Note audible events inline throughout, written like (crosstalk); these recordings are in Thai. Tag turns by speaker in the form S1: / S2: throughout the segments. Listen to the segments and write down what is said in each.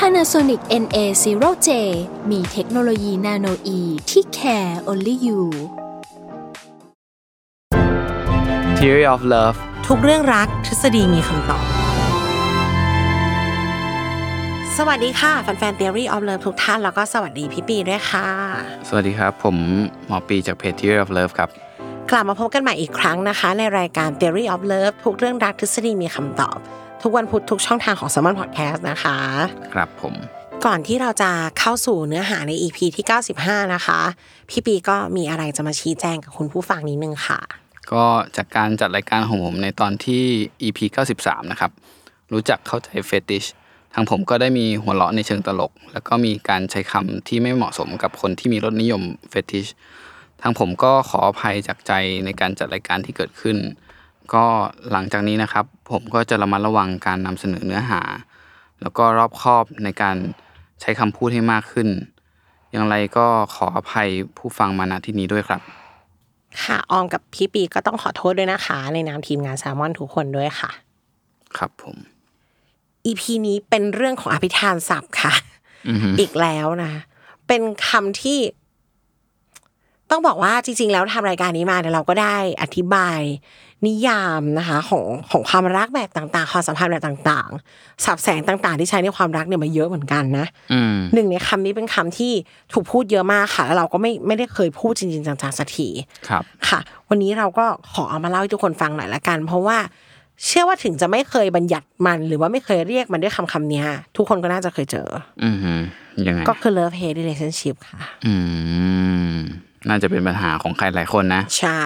S1: Panasonic NA0J มีเทคโนโลยีนาโนอีที่ care only you
S2: Theory of Love
S3: ทุกเรื่องรักทฤษฎีมีคำตอบ สวัสดีค่ะ แฟนๆ Theory of Love ทุกท่าน แล้วก็สวัสดีพี่ปีด้วยค่ะ
S2: สวัสดีครับ ผมหมอปีจากเพจ Theory of Love ครับ
S3: กลับมาพบกันใหม่อีกครั้งนะคะ ในรายการ Theory of Love ทุกเรื่องรักทฤษฎีมีคำตอบ ทุกวันพุธทุกช่องทางของ s ซ m o n Podcast นะคะ
S2: ครับผม
S3: ก่อนที่เราจะเข้าสู่เนื้อหาใน EP ที่ 95 นะคะ พี่ปีก็มีอะไรจะมาชี้แจงกับคุณผู้ฟังนิดนึงค่ะ
S2: ก็จากการจัดรายการของผมในตอนที่ EP 93 นะครับ รู้จักเข้าใจเฟติช ทางผมก็ได้มีหัวเราะในเชิงตลก แล้วก็มีการใช้คำที่ไม่เหมาะสมกับคนที่มีรสนิยมเฟติช ทางผมก็ขออภัยจากใจในการจัดรายการที่เกิดขึ้น ก็หลังจากนี้นะครับ ผมก็จะระมัดระวังการนำเสนอเนื้อหา แล้วก็รอบคอบในการใช้คำพูดให้มากขึ้น อย่างไรก็ขออภัยผู้ฟังมาณที่นี้ด้วยครับ
S3: ค่ะออมกับพี่ปีก็ต้องขอโทษด้วยนะคะ ในนามทีมงาน s ซ m o n ทุกคนด้วยค่ะ
S2: ครับผม
S3: อีพีนี้เป็นเรื่องของอภิธานศัพท์ค่ะ อีกแล้วนะ เป็นคำที่ ต้องบอกว่าจริง ๆ แล้วทำรายการนี้มาเนี่ยเราก็ได้อธิบายนิยามนะคะ ของของความรักแบบต่างๆ ความสัมพันธ์แบบต่างๆสับแสงต่าง ๆ ที่ใช้ในความรักเนี่ยมาเยอะเหมือนกันนะ
S2: อืม
S3: หนึ่งในคำนี้เป็นคำที่ถูกพูดเยอะมากค่ะ แล้วเราก็ไม่ไม่ได้เคยพูดจริงๆจังๆสักที
S2: ครับ
S3: ค่ะ วันนี้เราก็ขอเอามาเล่าให้ทุกคนฟังหน่อยละกัน เพราะว่าเชื่อว่าถึงจะไม่เคยบัญญัติมัน หรือว่าไม่เคยเรียกมันด้วยคำคำเนี้ยทุกคนก็น่าจะเคยเจอ
S2: อืมฮึยังไง
S3: ก็คือ love hate relationship ค่ะ
S2: อืม น่าจะเป็นปัญหาของใครหลายคนนะ
S3: ใช่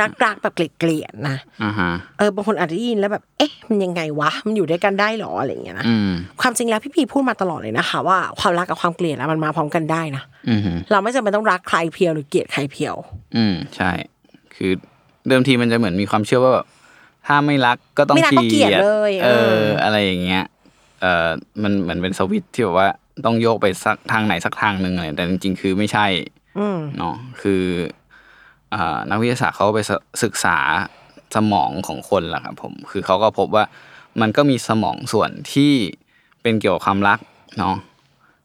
S3: รักรักๆแบบเกลียดๆนะ
S2: อ่าฮะ
S3: เออบางคนอาจจะได้ยินแล้วแบบ เอ๊ะ มันยังไงวะ มันอยู่ด้วยกันได้เหรออะไรอย่างเงี้ยนะ
S2: อืม
S3: ความจริงแล้วพี่พีพูดมาตลอดเลยนะคะ ว่าความรักกับความเกลียดอะมันมาพร้อมกันได้นะ
S2: อืมฮึ
S3: เราไม่จำเป็นต้องรักใครเพียวหรือเกลียดใครเพียว
S2: อืม ใช่ คือเดิมทีมันจะเหมือนมีความเชื่อว่าแบบถ้าไม่รักก็ต้อง
S3: ไม่รักก็เกลียดเลย
S2: เอ
S3: เออ
S2: อ อะไรอย่างเงี้ย เออมันเหมือนเป็นสวิตช์ที่แบบว่าต้องโยกไปสักทางไหนสักทางหนึ่งเลยแต่จริงๆ คือไม่ใช่
S3: อืม
S2: เนาะคืออ่านักวิทยาศาสตร์เขาไปสศึกษาสมองของคนล่ะครับผมคือเขาก็พบว่ามันก็มีสมองส่วนที่เป็นเกี่ยวกับความรักเนาะ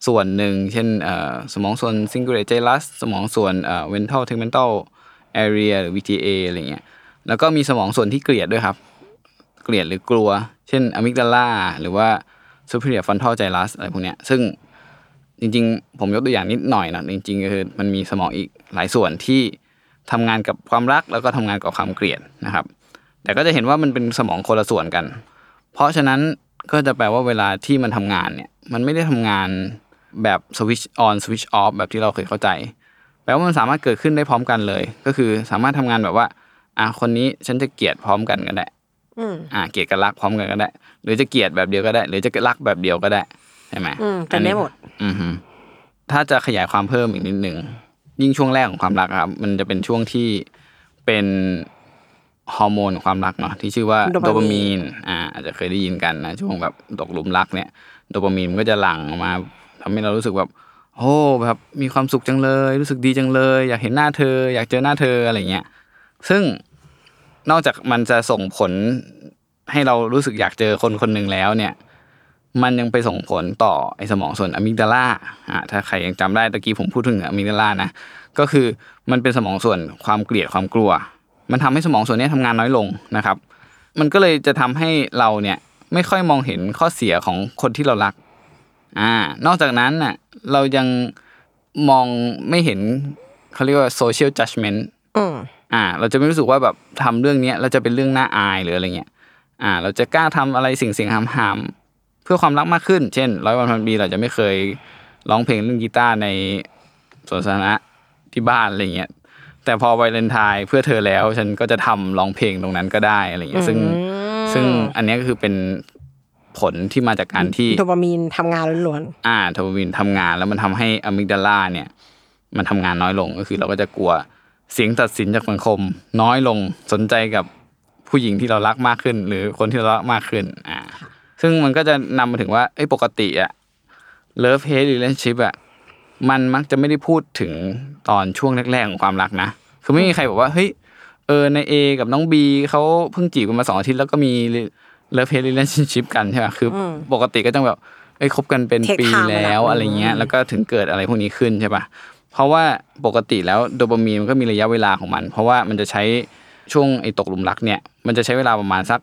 S2: ส่วนหนึ่งเช่นเอ่อสมองส่วน singular gyrus สมองส่วนเอ่อ ventral tegmental area หรือ VTA อะไรเงี้ยแล้วก็มีสมองส่วนที่เกลียดด้วยครับ เกลียดหรือกลัว เช่นอะมิกดาลาหรือว่า superior frontal gyrus อะไรพวกเนี้ยซึ่ง จริงๆ ผมยกตัวอย่างนิดหน่อยนะจริงๆก็คือมันมีสมองอีกหลายส่วนที่ทำงานกับความรักแล้วก็ทำงานกับความเกลียดนะครับ แต่ก็จะเห็นว่ามันเป็นสมองคนละส่วนกัน เพราะฉะนั้นก็จะแปลว่าเวลาที่มันทำงานเนี่ยมันไม่ได้ทำงานแบบสวิตช์ออนสวิตช์ออฟแบบที่เราเคยเข้าใจ แปลว่ามันสามารถเกิดขึ้นได้พร้อมกันเลย ก็คือสามารถทำงานแบบว่าอ่ะคนนี้ฉันจะเกลียดพร้อมกันก็ได้
S3: อืม
S2: อ่าเกลียดกับรักพร้อมกันก็ได้ หรือจะเกลียดแบบเดียวก็ได้ หรือจะรักแบบเดียวก็ได้ใช่ไหม
S3: อืมเป็นได้หมด
S2: อือฮึถ้าจะขยายความเพิ่มอีกนิดหนึ่งยิ่งช่วงแรกของความรักอะครับ มันจะเป็นช่วงที่เป็นฮอร์โมนของความรักเนาะที่ชื่อว่า
S3: โด
S2: โด
S3: ปามีน
S2: ปามีนอ่าอาจจะเคยได้ยินกันนะช่วงแบบตกหลุมรักเนี่ยโดปามีนมันก็จะหลั่งออกมาทำให้เรารู้สึกแบบโอ้แบบมีความสุขจังเลย รู้สึกดีจังเลย อยากเห็นหน้าเธอ อยากเจอหน้าเธออะไรเงี้ย ซึ่งนอกจากมันจะส่งผลให้เรารู้สึกอยากเจอคนคนหนึ่งแล้วเนี่ย มันยังไปส่งผลต่อไอสมองส่วนอะมิกดาลาอ่าถ้าใครยังจำได้ตะกี้ผมพูดถึงอะมิกดาลานะ ก็คือมันเป็นสมองส่วนความเกลียดความกลัว มันทำให้สมองส่วนเนี้ยทำงานน้อยลงนะครับ มันก็เลยจะทำให้เราเนี่ยไม่ค่อยมองเห็นข้อเสียของคนที่เรารัก อ่า นอกจากนั้นน่ะเรายังมองไม่เห็นเขาเรียกว่าโซเชียลจัดเมนต์
S3: อืม
S2: อ่าเราจะไม่รู้สึกว่าแบบทำเรื่องเนี้ยเราจะเป็นเรื่องน่าอายหรืออะไรเงี้ยอ่า เราจะกล้าทำอะไรสิ่งสิ่งหามหามๆเพื่อความรักมากขึ้น เช่นร้อยวันพันปีเราจะไม่เคยร้องเพลงเล่นกีตาร์ในสวนสาธารณะที่บ้านอะไรเงี้ยแต่พอวาเลนไทน์เพื่อเธอแล้ว ฉันก็จะทำร้องเพลงตรงนั้นก็ได้อะไรเงี้ยซึ่งซึ่งอันเนี้ยก็คือเป็นผ ผลที่มาจากการที่
S3: โดปามีนทำงานล้วน
S2: อ่าโทโบวินทำงานแล้วมันทำให้อะมิกดาลาเนี่ย มันทำงานน้อยลงก็คือเราก็จะกลัวเสียงตัดสินจากสังคม น้อยลงสนใจกับผู้หญิงที่เรารักมากขึ้น หรือคนที่เรารักมากขึ้น อ่า ซึ่งมันก็จะนำมาถึงว่าไอ้ยปกติอะเลิฟเฮดหรือเลนชิพอะมันมักจะไม่ได้พูดถึงตอนช่วงแรกๆของความรักนะ คือไม่มีใครบอกว่าเฮ้ยเออในเอกับน้องบีเขาเพิ่งจีบกันมาสองอาทิตย์แล้วก็มีเลิฟเฮดหรือเลนชิพกันใช่ไหมคืออปกติก็ต้องแบบเอ้ยคบกันเป็น เป็นปี
S3: Take time
S2: แล้ว
S3: อะนะ
S2: อะไรเงี้ย แล้วก็ถึงเกิดอะไรพวกนี้ขึ้นใช่ปะเพราะว่าปกติแล้วโดปามีนมันก็มีระยะเวลาของมัน เพราะว่ามันจะใช้ช่วงไอ้ตกหลุมรักเนี่ย มันจะใช้เวลาประมาณสัก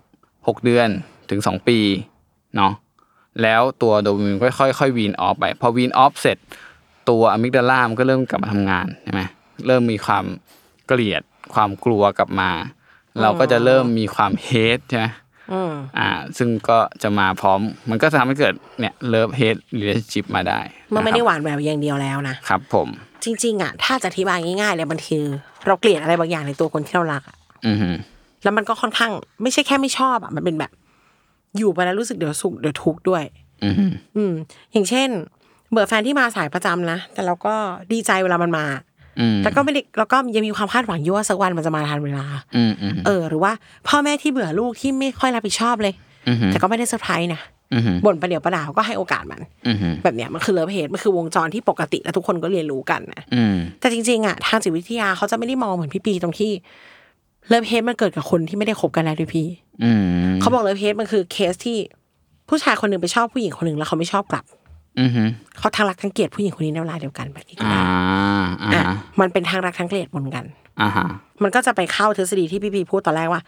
S2: 6 เดือนถึง 2 ปีเนาะ แล้วตัวโดปามีนก็ค่อยๆค่อยวีนออฟไป พอวีนออฟเสร็จ ตัวอะมิกดาลามันก็เริ่มกลับมาทำงานใช่ไหมเริ่มมีความเกลียดความกลัวกลับมา เราก็จะเริ่มมีความเฮทใช่ไหม
S3: ๆอืม
S2: อ่าซึ่งก็จะมาพร้อมมันก็จะทำให้เกิดเนี่ยเลิฟเฮด relationship มาได้
S3: มันไม่ได้
S2: ะ
S3: ห
S2: ครับ
S3: วานแหววอย่างเดียวแล้วนะ
S2: ครับผม
S3: จริง ๆ อ่ะ ถ้าจะอธิบายง่ายๆเลยบางทีเราเกลียดอะไรบางอย่างในตัวคนที่เรารักอะ
S2: อือฮึ
S3: แล้วมันก็ค่อนข้างไม่ใช่แค่ไม่ชอบอ่ะมันเป็นแบบ อยู่ไปแล้วรู้สึกเดี๋ยวสุขเดี๋ยวทุกข์ด้วย
S2: อือฮึ
S3: อืม อย่างเช่น เบื่อแฟนที่มาสายประจำนะ แต่เราก็ดีใจเวลามันมา
S2: อืม
S3: แต่ก็ไม่ได้แล้วก็ยังมีความคาดหวังอยู่ว่าสักวันมันจะมาทันเวลา
S2: อืมอืม
S3: เออ หรือว่าพ่อแม่ที่เบื่อลูกที่ไม่ค่อยรับผิดชอบเลย
S2: อือฮึ
S3: แต่ก็ไม่ได้เซอร์ไพรส์นะ
S2: อือฮึ
S3: บ่นประเดี๋ยวประดาวก็ให้โอกาสมัน
S2: อือฮึ
S3: แบบเนี้ยมันคือเลิฟเฮดมันคือวงจรที่ปกติและทุกคนก็เรียนรู้กันนะ
S2: อืม
S3: แต่จริงๆอ่ะทางจิตวิทยาเขาจะไม่ได้มองเหมือนพี่ปีตรงที่เลิฟเฮดมันเกิดกับคนที่ไม่ได้คบกันแล้วด้วยพี่
S2: อืม
S3: เขาบอกเลิฟเฮดมันคือเคสที่ผู้ชายคนหนึ่งไปชอบผู้หญิงคนหนึ่งแล้วเขาไม่ชอบกลับ
S2: อือฮึ
S3: เขาทั้งรักทั้งเกลียดผู้หญิงคนนี้ในเวลาเดียวกันแบบนี้ก็
S2: อ่า
S3: ได้
S2: อ่า
S3: อ่ะมันเป็นทั้งรักทั้งเกลียดปนกัน
S2: อ่าฮะ
S3: มันก็จะไปเข้าทฤษฎีที่พี่ปีพูดตอนแรกว่า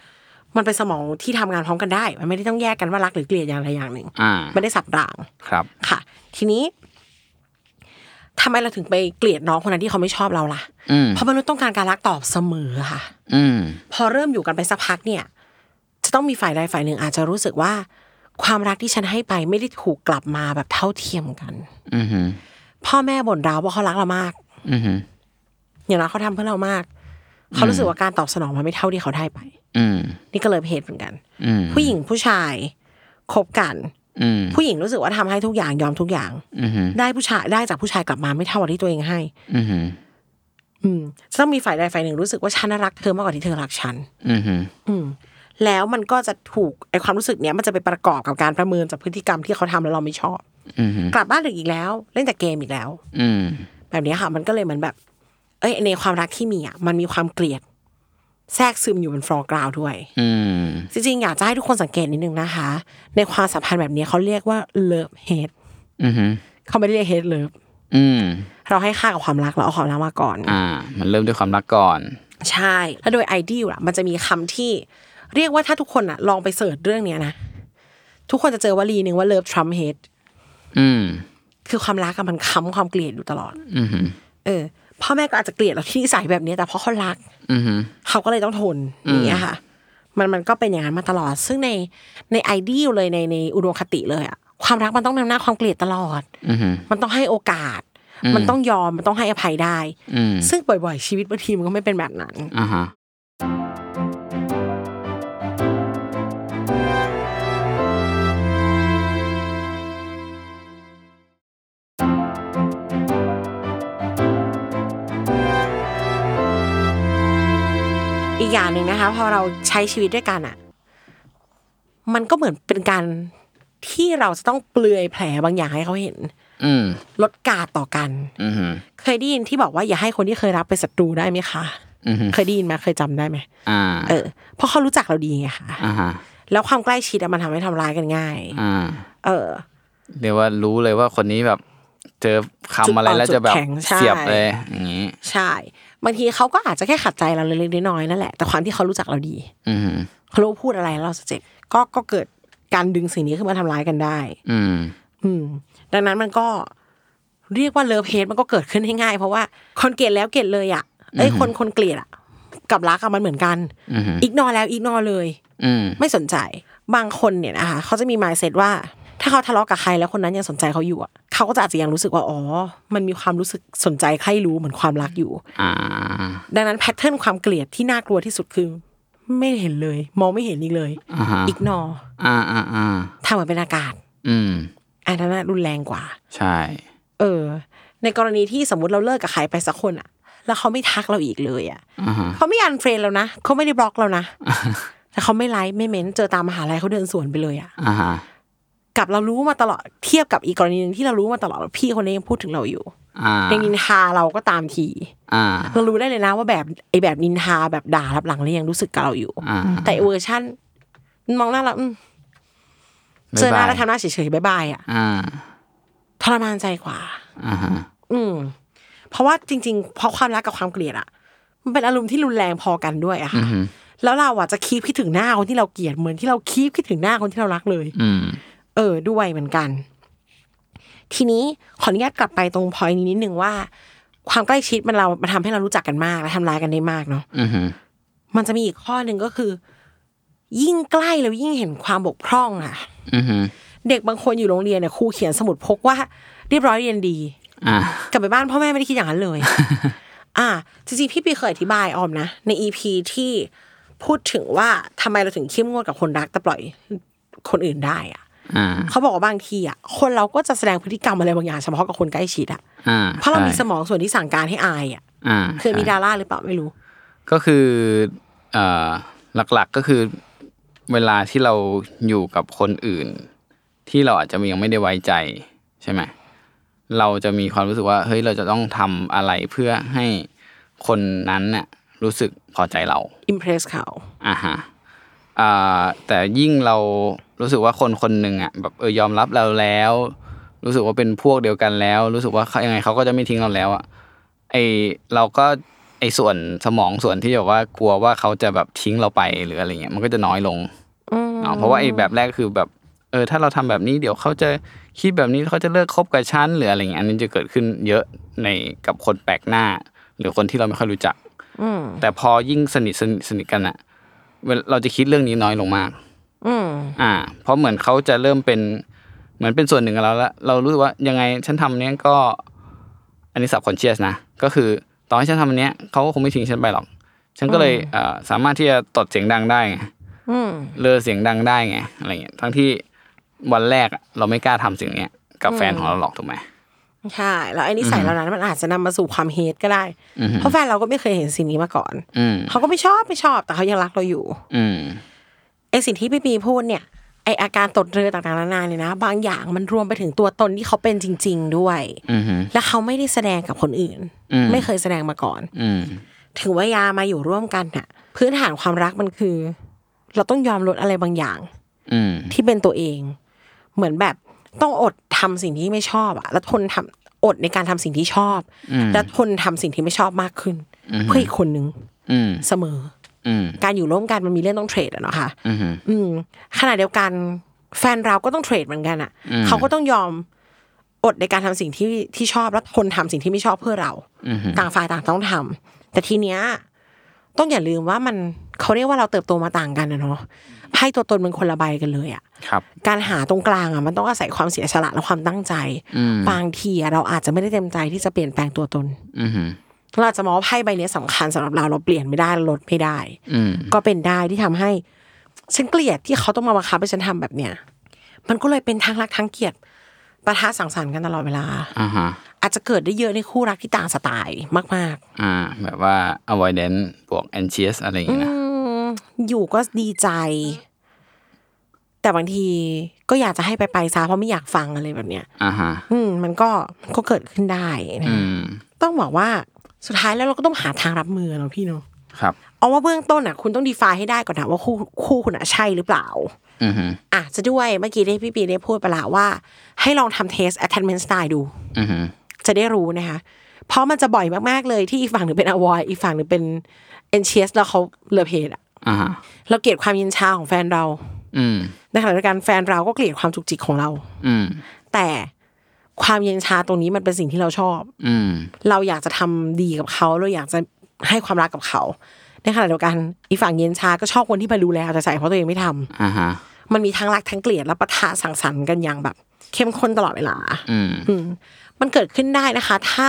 S3: มันเป็นสมองที่ทำงานพร้อมกันได้ มันไม่ได้ต้องแยกกันว่ารักหรือเกลียดอย่างใดอย่างหนึ่ง
S2: อ่า
S3: ไม่ได้สับราง
S2: ครับ
S3: ค่ะ ทีนี้ทำไมเราถึงไปเกลียดน้องคนนั้นที่เขาไม่ชอบเราล่ะ
S2: อืม
S3: เพราะมนุษย์ต้องการการรักตอบเสมอค่ะ
S2: อืม
S3: พอเริ่มอยู่กันไปสักพักเนี่ย จะต้องมีฝ่ายใดฝ่ายหนึ่งอาจจะรู้สึกว่า ความรักที่ฉันให้ไปไม่ได้ถูกกลับมาแบบเท่าเทียมกัน
S2: อือฮึ
S3: พ่อแม่บ่นเราว่าเขารักเรามาก
S2: อือฮึ
S3: อย่างน้อยเขาทำเพื่อเรามาก เขารู้สึกว่าการตอบสนองมันไม่เท่าที่เขาได้ไป
S2: อืม
S3: นี่ก็เลยเป็นเหตุเหมือนกัน
S2: อืม
S3: ผู้หญิงผู้ชายคบกัน
S2: อืม
S3: ผู้หญิงรู้สึกว่าทำให้ทุกอย่างยอมทุกอย่าง
S2: อือฮึ
S3: ได้ผู้ชายได้จากผู้ชายกลับมาไม่เท่ากับที่ตัวเองให้
S2: อือฮึ
S3: อืมจะต้องมีฝ่ายใดฝ่ายหนึ่งรู้สึกว่าฉันน่ะรักเธอมากกว่าที่เธอรักฉัน
S2: อือฮึ
S3: อืม แล้วมันก็จะถูกไอความรู้สึกเนี้ยมันจะไปประกอบกับการประเมินจากพฤติกรรมที่เขาทำแล้วเราไม่ชอบ
S2: อือฮึ
S3: กลับบ้านดึกอีกแล้ว เล่นแต่เกมอีกแล้ว
S2: อืม
S3: แบบเนี้ยค่ะมันก็เลยเหมือนแบบ เอ้ยในความรักที่มีอ่ะมันมีความเกลียด แทรกซึมอยู่บนฟลอร์กราวด้วย
S2: อืม
S3: จริงๆอยากจะให้ทุกคนสังเกตนิดนึงนะคะ ในความสัมพันธ์แบบนี้เขาเรียกว่าเลิฟเฮด
S2: อือฮึ
S3: เขาไม่ได้เรียกเฮดเลิฟ
S2: อืม
S3: เราให้ค่ากับความรักเราเอาความรักมาก่อน
S2: อ่า มันเริ่มด้วยความรักก่อน
S3: ใช่ แล้วโดยไอเดียอะมันจะมีคำที่ เรียกว่าถ้าทุกคนอะลองไปเสิร์ชเรื่องเนี้ยนะ ทุกคนจะเจอวลีหนึ่งว่าเลิฟทรัมเฮด
S2: อืม
S3: คือความรักอะมันค้ำความเกลียดอยู่ตลอด
S2: อือฮึ
S3: เออ พ่อแม่ก็อาจจะเกลียดเราที่นิสัยแบบนี้แต่เพราะเขารัก
S2: อือฮึ
S3: เขาก็เลยต้องทนอย่างเงี้ยค่ะ มันมันก็เป็นอย่างนั้นมาตลอด ซึ่งในในไอเดียเลยในในอุดมคติเลยอะความรักมันต้องนำหน้าความเกลียดตลอด
S2: อือฮึ
S3: มันต้องให้โอกาส มันต้องยอมมันต้องให้อภัยได้
S2: อืม
S3: ซึ่งบ่อยๆชีวิตบางทีมันก็ไม่เป็นแบบนั้น
S2: อ่าฮะ
S3: อีกอย่างหนึ่งนะคะพอเราใช้ชีวิตด้วยกันอ่ะ มันก็เหมือนเป็นการที่เราจะต้องเปลือยแผลบางอย่างให้เขาเห็น
S2: อืม
S3: ลดการต่อกัน
S2: อืม
S3: เคยได้ยินที่บอกว่าอย่าให้คนที่เคยรักเป็นศัตรูได้ไหมคะ
S2: อืม
S3: เคยได้ยินไหมเคยจำได้ไหม
S2: อ่า
S3: เออเพราะเขารู้จักเราดีไงคะ
S2: อ่าฮะ
S3: แล้วความใกล้ชิดอะมันทำให้ทำร้ายกันง่าย
S2: อ่า
S3: เออ
S2: เรียกว่ารู้เลยว่าคนนี้แบบ เจอคำอะไรแล้วจะแบบ
S3: จุดอ่อนจุดแข็งใช่
S2: เสียบเลยอย่างนี้
S3: ใช่บางทีเขาก็อาจจะแค่ขัดใจเราเล็กๆน้อยๆนั่นแหละแต่ความที่เขารู้จักเราดี
S2: อืม
S3: เขารู้ว่าพูดอะไรแล้วเราจะเจ็บก็ก็เกิดการดึงสิ่งนี้ขึ้นมาทำร้ายกันได้
S2: อืม
S3: อืมดังนั้นมันก็เรียกว่าเลิฟเฮดมันก็เกิดขึ้นให้ง่ายเพราะว่าคนเกลียดแล้วเกลียดเลยอ่ะเอ้ยคนคนเกลียดอ่ะกับรักอะมันเหมือนกัน
S2: อือฮึ
S3: อีกนอแล้วอีกนอเลย
S2: อืม
S3: ไม่สนใจบางคนเนี่ยนะคะเขาจะมีมายเซตว่า ถ้าเขาทะเลาะกับใครแล้วคนนั้นยังสนใจเขาอยู่อะเขาก็จะอาจจะยังรู้สึกว่าอ๋อ มันมีความรู้สึกสนใจใครรู้เหมือนความรักอยู่
S2: อ่า
S3: ดังนั้นแพทเทิร์นความเกลียดที่น่ากลัวที่สุดคือ ไม่เห็นเลย มองไม่เห็นอีกเลย
S2: อ่าฮะ
S3: อีกนอ
S2: อ่าอ่าอ่า
S3: ทำเหมือนเป็นอากาศ
S2: อืม
S3: อันนั้นนะรุนแรงกว่า
S2: ใช่
S3: เออ ในกรณีที่สมมติเราเลิกกับใครไปสักคนอะแล้วเขาไม่ทักเราอีกเลยอะ
S2: อ่าฮะ
S3: เขาไม่อันเฟรนเรานะเขาไม่ได้บล็อกเรา (laughs) นะแต่เขาไม่ไลค์ไม่เม้นเจอตามมหาลัยเขาเดินสวนไปเลยอะ
S2: อ่าฮะ
S3: กับเรารู้มาตลอดเทียบกับอีกกรณีหนึ่งที่เรารู้มาตลอดว่าพี่คนนี้ยังพูดถึงเราอยู่
S2: อ่า
S3: ยังนินทาเราก็ตามที
S2: อ่า
S3: เรารู้ได้เลยนะว่าแบบไอแบบนินทาแบบด่ารับหลังเนี่ยยังรู้สึกกับเราอยู่
S2: อ่า
S3: แต่เวอร์ชั่นมองหน้าเราอืมเจอหน้าแล้วทำหน้าเฉยๆบายบายอะ
S2: อ่า
S3: ทรมานใจกว่า
S2: อ่าฮะ
S3: อืม เพราะว่าจริงๆ เพราะความรักกับความเกลียดอะมันเป็นอารมณ์ที่รุนแรงพอกันด้วยอะ
S2: อื
S3: ค่ะ
S2: ม
S3: แล้วเราอะจะคีบคิดถึงหน้าคนที่เราเกลียดเหมือนที่เราคีบคิดถึงหน้าคนที่เรารักเลย
S2: อืม
S3: เออ ด้วยเหมือนกัน ทีนี้ขออนุญาตกลับไปตรงพอยนี้นิดนึงว่า ความใกล้ชิดมันเรามันทำให้เรารู้จักกันมากและทำร้ายกันได้มากเนาะ
S2: อืม
S3: มันจะมีอีกข้อหนึ่งก็คือ ยิ่งใกล้แล้วยิ่งเห็นความบกพร่องอะ
S2: อืม
S3: เด็กบางคนอยู่โรงเรียนเนี่ยครูเขียนสมุดพกว่าเรียบร้อยเรียนดี
S2: อ่าก
S3: ลับไปบ้านพ่อแม่ไม่ได้คิดอย่างนั้นเลย
S2: (laughs)
S3: อ่า จริงๆ พี่ปีเคยอธิบายออมนะ ในอีพีที่พูดถึงว่าทำไมเราถึงเข้มงวดกับคนรักแต่ปล่อยคนอื่นได้อะ
S2: อ่า
S3: เขาบอกว่าบางทีอ่ะคนเราก็จะแสดงพฤติกรรมอะไรบางอย่างเฉพาะกับคนใกล้ชิดอ่ะ
S2: อ่า
S3: เพราะเรามีส
S2: ใช่
S3: มองส่วนที่สั่งการให้อาย
S2: (laughs)
S3: อ่ะ
S2: อ่า
S3: เคยมี
S2: ใช่
S3: ดาราหรือเปล่าไม่รู้
S2: ก็คือเอ่อหลักๆก็คือเวลาที่เราอยู่กับคนอื่น ที่เราอาจจะยังไม่ได้ไว้ใจใช่ไหมเราจะมีความรู้สึกว่าเฮ้ยเราจะต้องทำอะไรเพื่อให้คนนั้นน่ะรู้สึกพอใจเรา
S3: อิมเพรสเขา
S2: อ่าฮะอ่าแต่ยิ่งเรารู้สึกว่าคนคนหนึ่งอ่ะแบบเออยอมรับเราแล้ว รู้สึกว่าเป็นพวกเดียวกันแล้ว รู้สึกว่าเขายังไงเขาก็จะไม่ทิ้งเราแล้วอ่ะไอเราก็ไอส่วนสมองส่วนที่แบบว่ากลัวว่าเขาจะแบบทิ้งเราไปหรืออะไรเงี้ยมันก็จะน้อยลง
S3: อืม
S2: เนาะเพราะว่าไอแบบแรกคือแบบเออถ้าเราทำแบบนี้เดี๋ยวเขาจะคิดแบบนี้เขาจะเลิกคบกับฉันหรืออะไรเงี้ยอันนี้จะเกิดขึ้นเยอะในกับคนแปลกหน้า หรือคนที่เราไม่ค่อยรู้จัก
S3: อืม
S2: แต่พอยิ่งสนิทสนิทสนิทกันอะเวลาเราจะคิดเรื่องนี้น้อยลงมาก
S3: อืม
S2: อ่า เพราะเหมือนเขาจะเริ่มเป็นเหมือนเป็นส่วนหนึ่งกับเราแล้วเรารู้สึกว่ายังไงฉันทำเนี้ยก็ อันนี้สับคอนเชียสนะ ก็คือต่อให้ฉันทำอันเนี้ยเขาก็คงไม่ทิ้งฉันไปหรอก ฉันก็เลยเอ่อสามารถที่จะตดเสียงดังได้ไง
S3: อืม
S2: เลอเสียงดังได้ไงอะไรเงี้ยทั้งที่วันแรกอะเราไม่กล้าทำสิ่งเนี้ยกับแฟนของเราหรอกถูกไหม
S3: ใช่แล้วไอ้นิสัยเหล่านั้นมันอาจจะนำมาสู่ความเฮทก็ได้
S2: อือฮึ
S3: เพราะแฟนเราก็ไม่เคยเห็นสิ่งนี้มาก่อน
S2: อืม
S3: เขาก็ไม่ชอบไม่ชอบแต่เขายังรักเราอยู่
S2: อืม
S3: ไอสิ่งที่พี่ปีพูดเนี่ยไออาการตดเรือต่างๆนานาเนี่ยนะ บางอย่างมันรวมไปถึงตัวตนที่เขาเป็นจริง ๆ ด้วย
S2: อืมฮึ
S3: และเขาไม่ได้แสดงกับคนอื่น
S2: อืม
S3: ไม่เคยแสดงมาก่อน
S2: อืม
S3: ถึงว่ายามาอยู่ร่วมกันน่ะ พื้นฐานความรักมันคือ เราต้องยอมลดอะไรบางอย่าง
S2: อืม
S3: ที่เป็นตัวเอง เหมือนแบบต้องอดทำสิ่งที่ไม่ชอบอะแล้วทนทำอดในการทำสิ่งที่ชอบ และทนทำสิ่งที่ไม่ชอบมากขึ้น เพื่ออีกคนนึง
S2: อืม
S3: เสมอ
S2: อืม
S3: การอยู่ร่วมกันมันมีเรื่องต้องเทรดอะเนาะค่ะ
S2: อืมฮึ
S3: อืมขณะเดียวกันแฟนเราก็ต้องเทรดเหมือนกันอ่ะ
S2: อืม
S3: เขาก็ต้องยอมอดในการทำสิ่งที่ที่ชอบและทนทำสิ่งที่ไม่ชอบเพื่อเรา
S2: อืมฮึ
S3: ต่างฝ่ายต่างต้องทำแต่ทีเนี้ยต้องอย่าลืมว่ามันเขาเรียกว่าเราเติบโตมาต่างกันนะเนาะไพ่ตัวตนมันคนละใบกันเลยอ่ะ
S2: ครับ
S3: การหาตรงกลางอ่ะมันต้องอาศัยความเสียสละและความตั้งใจ
S2: อืม
S3: บางทีอะเราอาจจะไม่ได้เต็มใจที่จะเปลี่ยนแปลงตัวตน
S2: อืมฮึ
S3: เราอาจจะมองว่าไพ่ใบเนี้ยสำคัญสำหรับเราเราเปลี่ยนไม่ได้เราลดไม่ได้
S2: อืม
S3: ก็เป็นได้ที่ทำให้ ฉันเกลียดที่เขาต้องมาบังคับให้ฉันทำแบบเนี้ยมันก็เลยเป็นทั้งรักทั้งเกลียดปะทะสังสรรค์กันตลอดเวลา
S2: อ่าฮะ
S3: อาจจะเกิดได้เยอะในคู่รักที่ต่างสไตล์มาก
S2: อ่า แบบว่า avoidance บวก anxious อะไรอย่างเงี้ย
S3: ๆ
S2: นะ
S3: อืมอยู่ก็ดีใจ แต่บางทีก็อยากจะให้ไปไปๆซะเพราะไม่อยากฟังอะไรแบบเนี้ย
S2: อ่าฮะ
S3: อืม มันก็มันก็เกิดขึ้นได้นะ
S2: อืม
S3: ต้องบอกว่าสุดท้ายแล้วเราก็ต้องหาทางรับมือเนาะพี่เนาะ
S2: ครับ
S3: เอาว่าเบื้องต้นอ่ะ คุณต้องดีไฟให้ได้ก่อนนะว่าคู่คู่คุณอ่ะใช่หรือเปล่า
S2: อืมฮึ
S3: อาจจะด้วยเมื่อกี้ที่พี่ปีได้พูดไปละว่า ให้ลองทำเทส attachment style ดู
S2: อืมฮึ
S3: จะได้รู้นะคะ เพราะมันจะบ่อยมาก ๆ เลยที่อีกฝั่งหนึ่งเป็น avoid อีกฝั่งหนึ่งเป็น anxious แล้วเขาเลือเพจอะ
S2: อ่าฮะ
S3: เราเกลียดความเย็นชาของแฟนเรา
S2: อืม
S3: ในขณะเดียวกันแฟนเราก็เกลียดความจุกจิกของเรา
S2: อืม
S3: แต่ความเย็นชาตรงนี้มันเป็นสิ่งที่เราชอบ
S2: อืม
S3: เราอยากจะทำดีกับเขาเราอยากจะให้ความรักกับเขาในขณะเดียวกันอีกฝั่งเย็นชาก็ชอบคนที่มาดูแลเอาใจใส่เพราะตัวเองไม่ทำ
S2: อ่าฮะ
S3: มันมีทั้งรักทั้งเกลียดและปะทะสังสรรค์กันอย่างแบบ เข้มข้นตลอดเวลา
S2: อืม
S3: มันเกิดขึ้นได้นะคะ ถ้า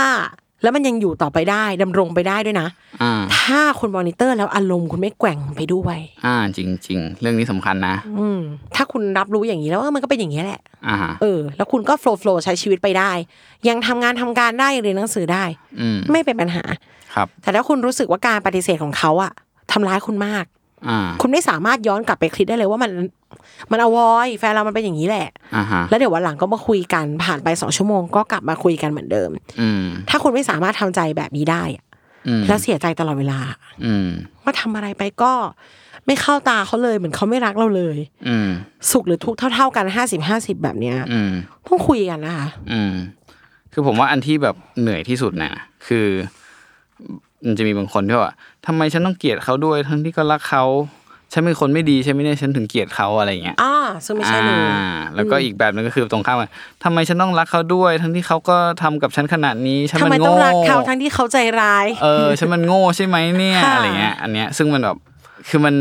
S3: แล้วมันยังอยู่ต่อไปได้ดำรงไปได้ด้วยนะ
S2: อ่า
S3: ถ้าคุณมอนิเตอร์แล้วอารมณ์คุณไม่แกว่งไปด้วย
S2: อ่าจริงจริงๆ เรื่องนี้สำคัญนะ
S3: อืม ถ้าคุณรับรู้อย่างนี้แล้วเออมันก็เป็นอย่างนี้แหละ
S2: อ่าฮะ
S3: เออ แล้วคุณก็โฟล์โฟล์ใช้ชีวิตไปได้ ยังทำงานทำการได้ยังเรียนหนังสือได้
S2: อืม
S3: ไม่เป็นปัญหา
S2: ครับ
S3: แต่ถ้าคุณรู้สึกว่าการปฏิเสธของเขาอะทำร้ายคุณมาก
S2: อ่า
S3: คุณไม่สามารถย้อนกลับไปคิดได้เลยว่ามันมันอวอยแฟนเรามันเป็นอย่างนี้แหละ
S2: อ่าฮะ
S3: แล้วเดี๋ยววันหลังก็มาคุยกันผ่านไปสองชั่วโมงก็กลับมาคุยกันเหมือนเดิม
S2: อืม
S3: ถ้าคุณไม่สามารถทำใจแบบนี้ได้อะ
S2: อืม
S3: แล้วเสียใจตลอดเวลา
S2: อืม
S3: ว่าทำอะไรไปก็ไม่เข้าตาเขาเลยเหมือนเขาไม่รักเราเลย
S2: อืม
S3: สุขหรือทุกข์เท่า ๆกันห้าสิบห้าสิบแบบเนี้ย
S2: อืม
S3: ต้องคุยกันนะคะ
S2: อืมคือผมว่าอันที่แบบเหนื่อยที่สุดเนี่ยนะคือมันจะมีบางคนที่ว่าทำไมฉันต้องเกลียดเขาด้วย ทั้งที่ก็รักเขาฉันเป็นคนไม่ดีใช่ไหมเนี่ยฉันถึงเกลียดเขาอะไรอย่างเงี้ย
S3: อ่าซึ่งไม่ใช่เลย
S2: อ่าแล้วก็อีกแบบหนึงก็คือตรงข้ามกันทำไมฉันต้องรักเขาด้วย ทั้งที่เขาก็ทำกับฉันขนาดนี้ฉัน
S3: ทำ
S2: มัน
S3: ไม
S2: โง่
S3: ต้องรักเขาทั้งที่เขาใจร้าย
S2: เออฉันมันโง่ใช่ไหมเนี่ย
S3: ค่ะ
S2: อะไรเงี้ยอันเนี้ยซึ่งมันแบบคือมัน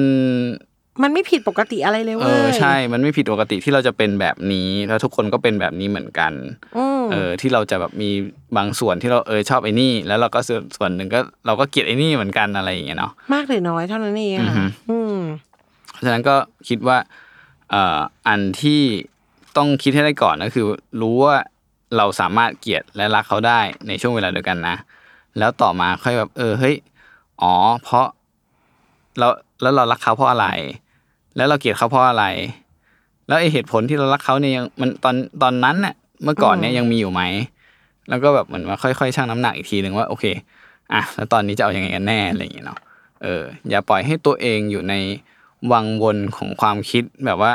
S3: มันไม่ผิดปกติอะไรเลย
S2: เอ
S3: เว้ย
S2: อใช่ มันไม่ผิดปกติที่เราจะเป็นแบบนี้ แล้วทุกคนก็เป็นแบบนี้เหมือนกัน
S3: อืม
S2: เออที่เราจะแบบมีบางส่วนที่เราเออชอบไอ้นี่ แล้วเราก็ส่วนส่วนหนึ่งก็เราก็เกลียดไอ้นี่เหมือนกันอะไรอย่างเงี้ยเนาะ
S3: มากหรือน้อยเท่านั้นเอง
S2: อือ
S3: ค่ะ
S2: ฮึ
S3: อืม
S2: เพราะฉะนั้นก็คิดว่าเอ่ออันที่ต้องคิดให้ได้ก่อนก็คือ รู้ว่าเราสามารถเกลียดและรักเขาได้ในช่วงเวลาเดียวกันนะ แล้วต่อมาค่อยแบบเออเฮ้ยอ๋อ เพราะเราแล้วเรารักเขาเพราะอะไร แล้วเราเกลียดเขาเพราะอะไร แล้วไอเหตุผลที่เรารักเขาเนี่ยยังมันตอนตอนนั้นเนี่ยเมื่อก่อนเนี่ยยังมีอยู่ไหม แล้วก็แบบเหมือนว่าค่อยๆชั่งน้ำหนักอีกทีหนึ่งว่าโอเคอ่ะแล้วตอนนี้จะเอาอยัางไงกันแน่อะไรอย่างเงี้ยเนาะเออ อย่าปล่อยให้ตัวเองอยู่ในวังวนของความคิดแบบว่า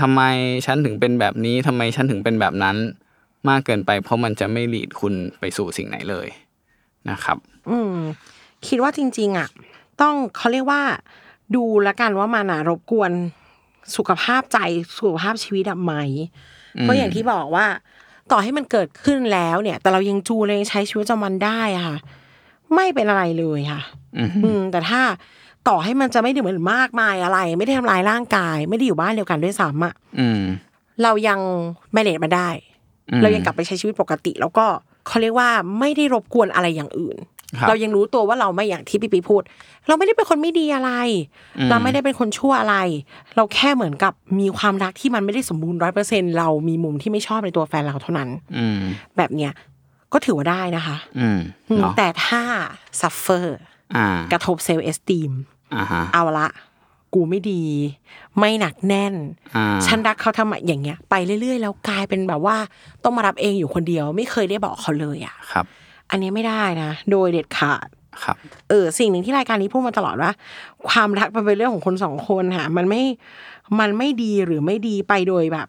S2: ทำไมฉันถึงเป็นแบบนี้ทำไมฉันถึงเป็นแบบนั้น มากเกินไป เพราะมันจะไม่หลีดคุณไปสู่สิ่งไหนเลยนะครับ
S3: อืม คิดว่าจริง ๆ อ่ะ ต้องเขาเรียกว่า ดูละกันว่ามันอ่ะรบกวนสุขภาพใจสุขภาพชีวิตอะไหม เพราะอย่างที่บอกว่า ต่อให้มันเกิดขึ้นแล้วเนี่ย แต่เรายังจูนเรายังใช้ชีวิตประจำวันได้อะค่ะ ไม่เป็นอะไรเลยค่ะ
S2: อืม
S3: อืมแต่ถ้าต่อให้มันจะไม่ได้เหมือนมากมายอะไร ไม่ได้ทำลายร่างกาย ไม่ได้อยู่บ้านเดียวกันด้วยซ้ำอะ
S2: อืม
S3: เรายังไม่เลทมาได้
S2: อืม
S3: เรายังกลับไปใช้ชีวิตปกติ แล้วก็เขาเรียกว่าไม่ได้รบกวนอะไรอย่างอื่น
S2: ครับ
S3: เรายังรู้ตัวว่าเราไม่อย่างที่พี่ปีพูด เราไม่ได้เป็นคนไม่ดีอะไร
S2: อืม
S3: เราไม่ได้เป็นคนชั่วอะไร เราแค่เหมือนกับมีความรักที่มันไม่ได้สมบูรณ์ร้อยเปอร์เซ็นเรามีมุมที่ไม่ชอบในตัวแฟนเราเท่านั้น
S2: อืม
S3: แบบเนี้ยก็ถือว่าได้นะคะ
S2: อืม
S3: อืม
S2: เนาะ
S3: แต่ถ้า suffer
S2: อ่าก
S3: ระทบเซลล์เอสตีม
S2: อ่าฮะ
S3: เอาละ กูไม่ดี ไม่หนักแน่น
S2: อ่า
S3: ฉันรักเขาทำไมอย่างเงี้ย ไปเรื่อยๆ แล้วกลายเป็นแบบว่า ต้องมารับเองอยู่คนเดียว ไม่เคยได้บอกเขาเลยอ่ะ
S2: ครับ
S3: อันนี้ไม่ได้นะ โดยเด็ดขาด
S2: ครับ
S3: เออ สิ่งหนึ่งที่รายการนี้พูดมาตลอดว่า ความรักมันเป็นเรื่องของคนสองคนค่ะ มันไม่ มันไม่ดีหรือไม่ดีไปโดยแบบ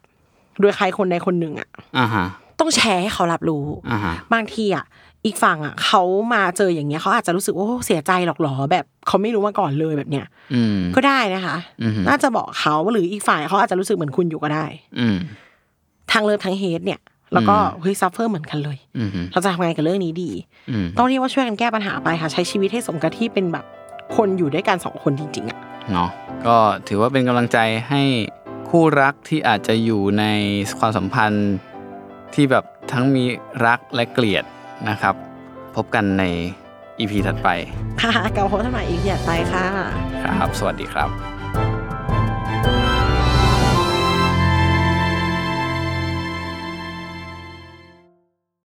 S3: โดยใครคนใดคนหนึ่งอ่ะ
S2: อ่าฮะ
S3: ต้องแชร์ให้เขารับรู้
S2: อ่าฮะ
S3: บางทีอ่ะ อีกฝั่งอ่ะเขามาเจออย่างเงี้ยเขาอาจจะรู้สึกว่าโอ้เสียใจหรอกเหรอแบบเขาไม่รู้มาก่อนเลยแบบเนี้ย
S2: อืม
S3: ก็ได้นะคะ
S2: อืม
S3: น่าจะบอกเขาหรืออีกฝ่ายเขาอาจจะรู้สึกเหมือนคุณอยู่ก็ได้
S2: อืม
S3: ทางเลิฟทางเฮดเนี่ย แล้วก็เฮ้ยซัฟเฟอร์เหมือนกันเลย
S2: อืม
S3: เราจะทำไงกับเรื่องนี้ดี
S2: อืม
S3: ต้องเรียกว่าช่วยกันแก้ปัญหาไปค่ะ ใช้ชีวิตให้สมกับที่เป็นแบบคนอยู่ด้วยกันสองคนจริงๆอ่ะ (laughs)
S2: เนาะก็ถือว่าเป็นกำลังใจให้คู่รักที่อาจจะอยู่ในความสัมพันธ์ที่แบบทั้งมีรักและเกลียดนะครับ พบกันใน EP ถัดไป
S3: ค่ะกับโฮสต์ใหม่อีกอย่าไปค่ะ
S2: ครับ สวัสดีครับ